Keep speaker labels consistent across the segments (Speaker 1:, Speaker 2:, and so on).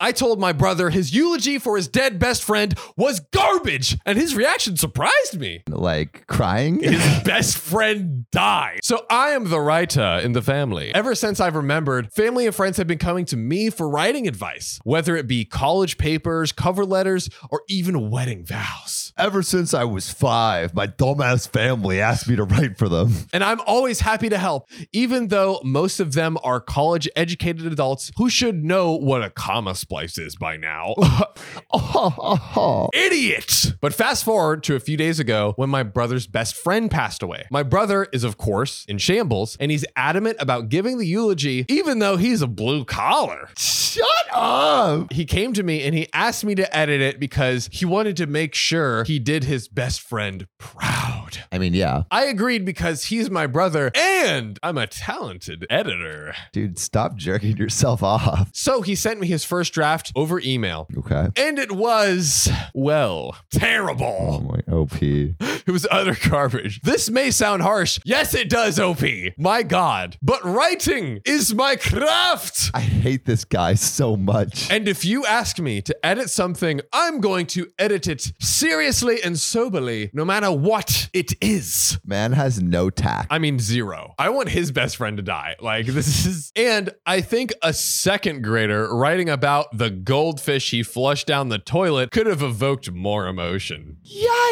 Speaker 1: I told my brother his eulogy for his dead best friend was garbage, and his reaction surprised me.
Speaker 2: Like crying?
Speaker 1: His best friend died. So I am the writer in the family. Ever since I've remembered, family and friends have been coming to me for writing advice, whether it be college papers, cover letters, or even wedding vows.
Speaker 2: Ever since I was five, my dumbass family asked me to write for them.
Speaker 1: And I'm always happy to help, even though most of them are college educated adults who should know what a comma splice is by now. Oh. Idiot! But fast forward to a few days ago when my brother's best friend passed away. My brother is, of course, in shambles, and he's adamant about giving the eulogy, even though he's a blue collar.
Speaker 2: Shut up!
Speaker 1: He came to me and he asked me to edit it because he wanted to make sure he did his best friend proud.
Speaker 2: I mean, yeah.
Speaker 1: I agreed because he's my brother and I'm a talented editor.
Speaker 2: Dude, stop jerking yourself off.
Speaker 1: So he sent me his first draft over email.
Speaker 2: Okay.
Speaker 1: And it was, well,
Speaker 2: Oh
Speaker 1: terrible.
Speaker 2: my OP.
Speaker 1: It was utter garbage. This may sound harsh. Yes, it does, OP. My God. But writing is my craft.
Speaker 2: I hate this guy so much.
Speaker 1: And if you ask me to edit something, I'm going to edit it seriously and soberly, no matter what it is.
Speaker 2: Man has no tact.
Speaker 1: I mean, zero. I want his best friend to die. Like, this is. And I think a second grader writing about the goldfish he flushed down the toilet could have evoked more emotion.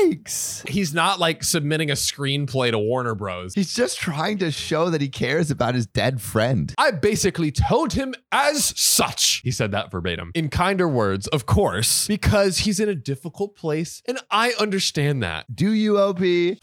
Speaker 2: Yikes!
Speaker 1: He's not like submitting a screenplay to Warner Bros.
Speaker 2: He's just trying to show that he cares about his dead friend.
Speaker 1: I basically told him as such. He said that verbatim. In kinder words, of course, because he's in a difficult place, and I understand that.
Speaker 2: Do you, OP?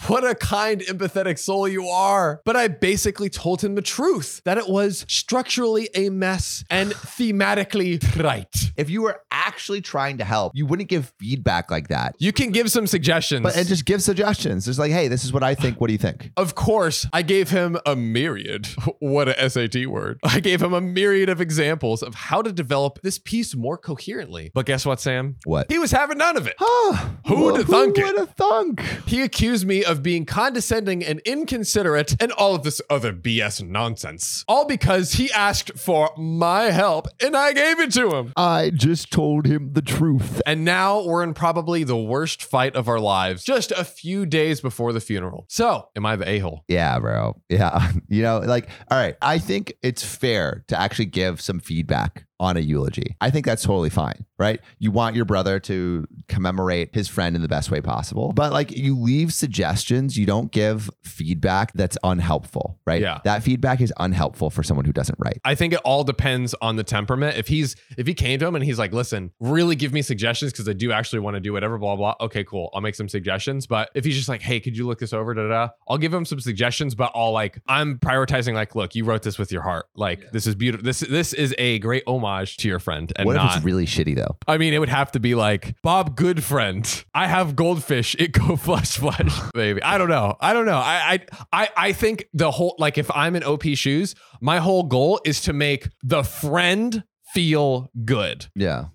Speaker 1: What a kind, empathetic soul you are. But I basically told him the truth that it was structurally a mess and thematically right.
Speaker 2: If you were actually trying to help, you wouldn't give feedback like that.
Speaker 1: You can give some suggestions.
Speaker 2: But and just give suggestions. Just like, hey, this is what I think. What do you think?
Speaker 1: of course, I gave him a myriad. What a SAT word. I gave him a myriad of examples of how to develop this piece more coherently. But guess what, Sam?
Speaker 2: What?
Speaker 1: He was having none of it.
Speaker 2: Ah,
Speaker 1: Who'da
Speaker 2: who
Speaker 1: thunk it?
Speaker 2: Who'da thunk?
Speaker 1: He accused me of being condescending and inconsiderate and all of this other BS nonsense. All because he asked for my help and I gave it to him.
Speaker 2: I just told him the truth.
Speaker 1: And now we're in probably the worst fight of our lives, just a few days before the funeral. So, am I the a hole?
Speaker 2: Yeah, bro. Yeah. You know, like, all right, I think it's fair to actually give some feedback on a eulogy. I think that's totally fine, right? You want your brother to commemorate his friend in the best way possible, but like you leave suggestions, you don't give feedback that's unhelpful, right?
Speaker 1: Yeah.
Speaker 2: That feedback is unhelpful for someone who doesn't write.
Speaker 1: I think it all depends on the temperament. If he's if he came to him and he's like, "Listen, really give me suggestions because I do actually want to do whatever blah blah." Okay, cool. I'll make some suggestions, but if he's just like, "Hey, could you look this over?" da da, da I'll give him some suggestions, but I'll like I'm prioritizing like, "Look, you wrote this with your heart. Like, this is beautiful. This this is a great homage to your friend." And
Speaker 2: what
Speaker 1: not
Speaker 2: if it's really shitty though?
Speaker 1: I mean, it would have to be like Bob Goodfriend. I have goldfish. It go flush flush, baby. I don't know. I don't know. I I I, I think the whole like if I'm in OP shoes, my whole goal is to make the friend feel good.
Speaker 2: Yeah.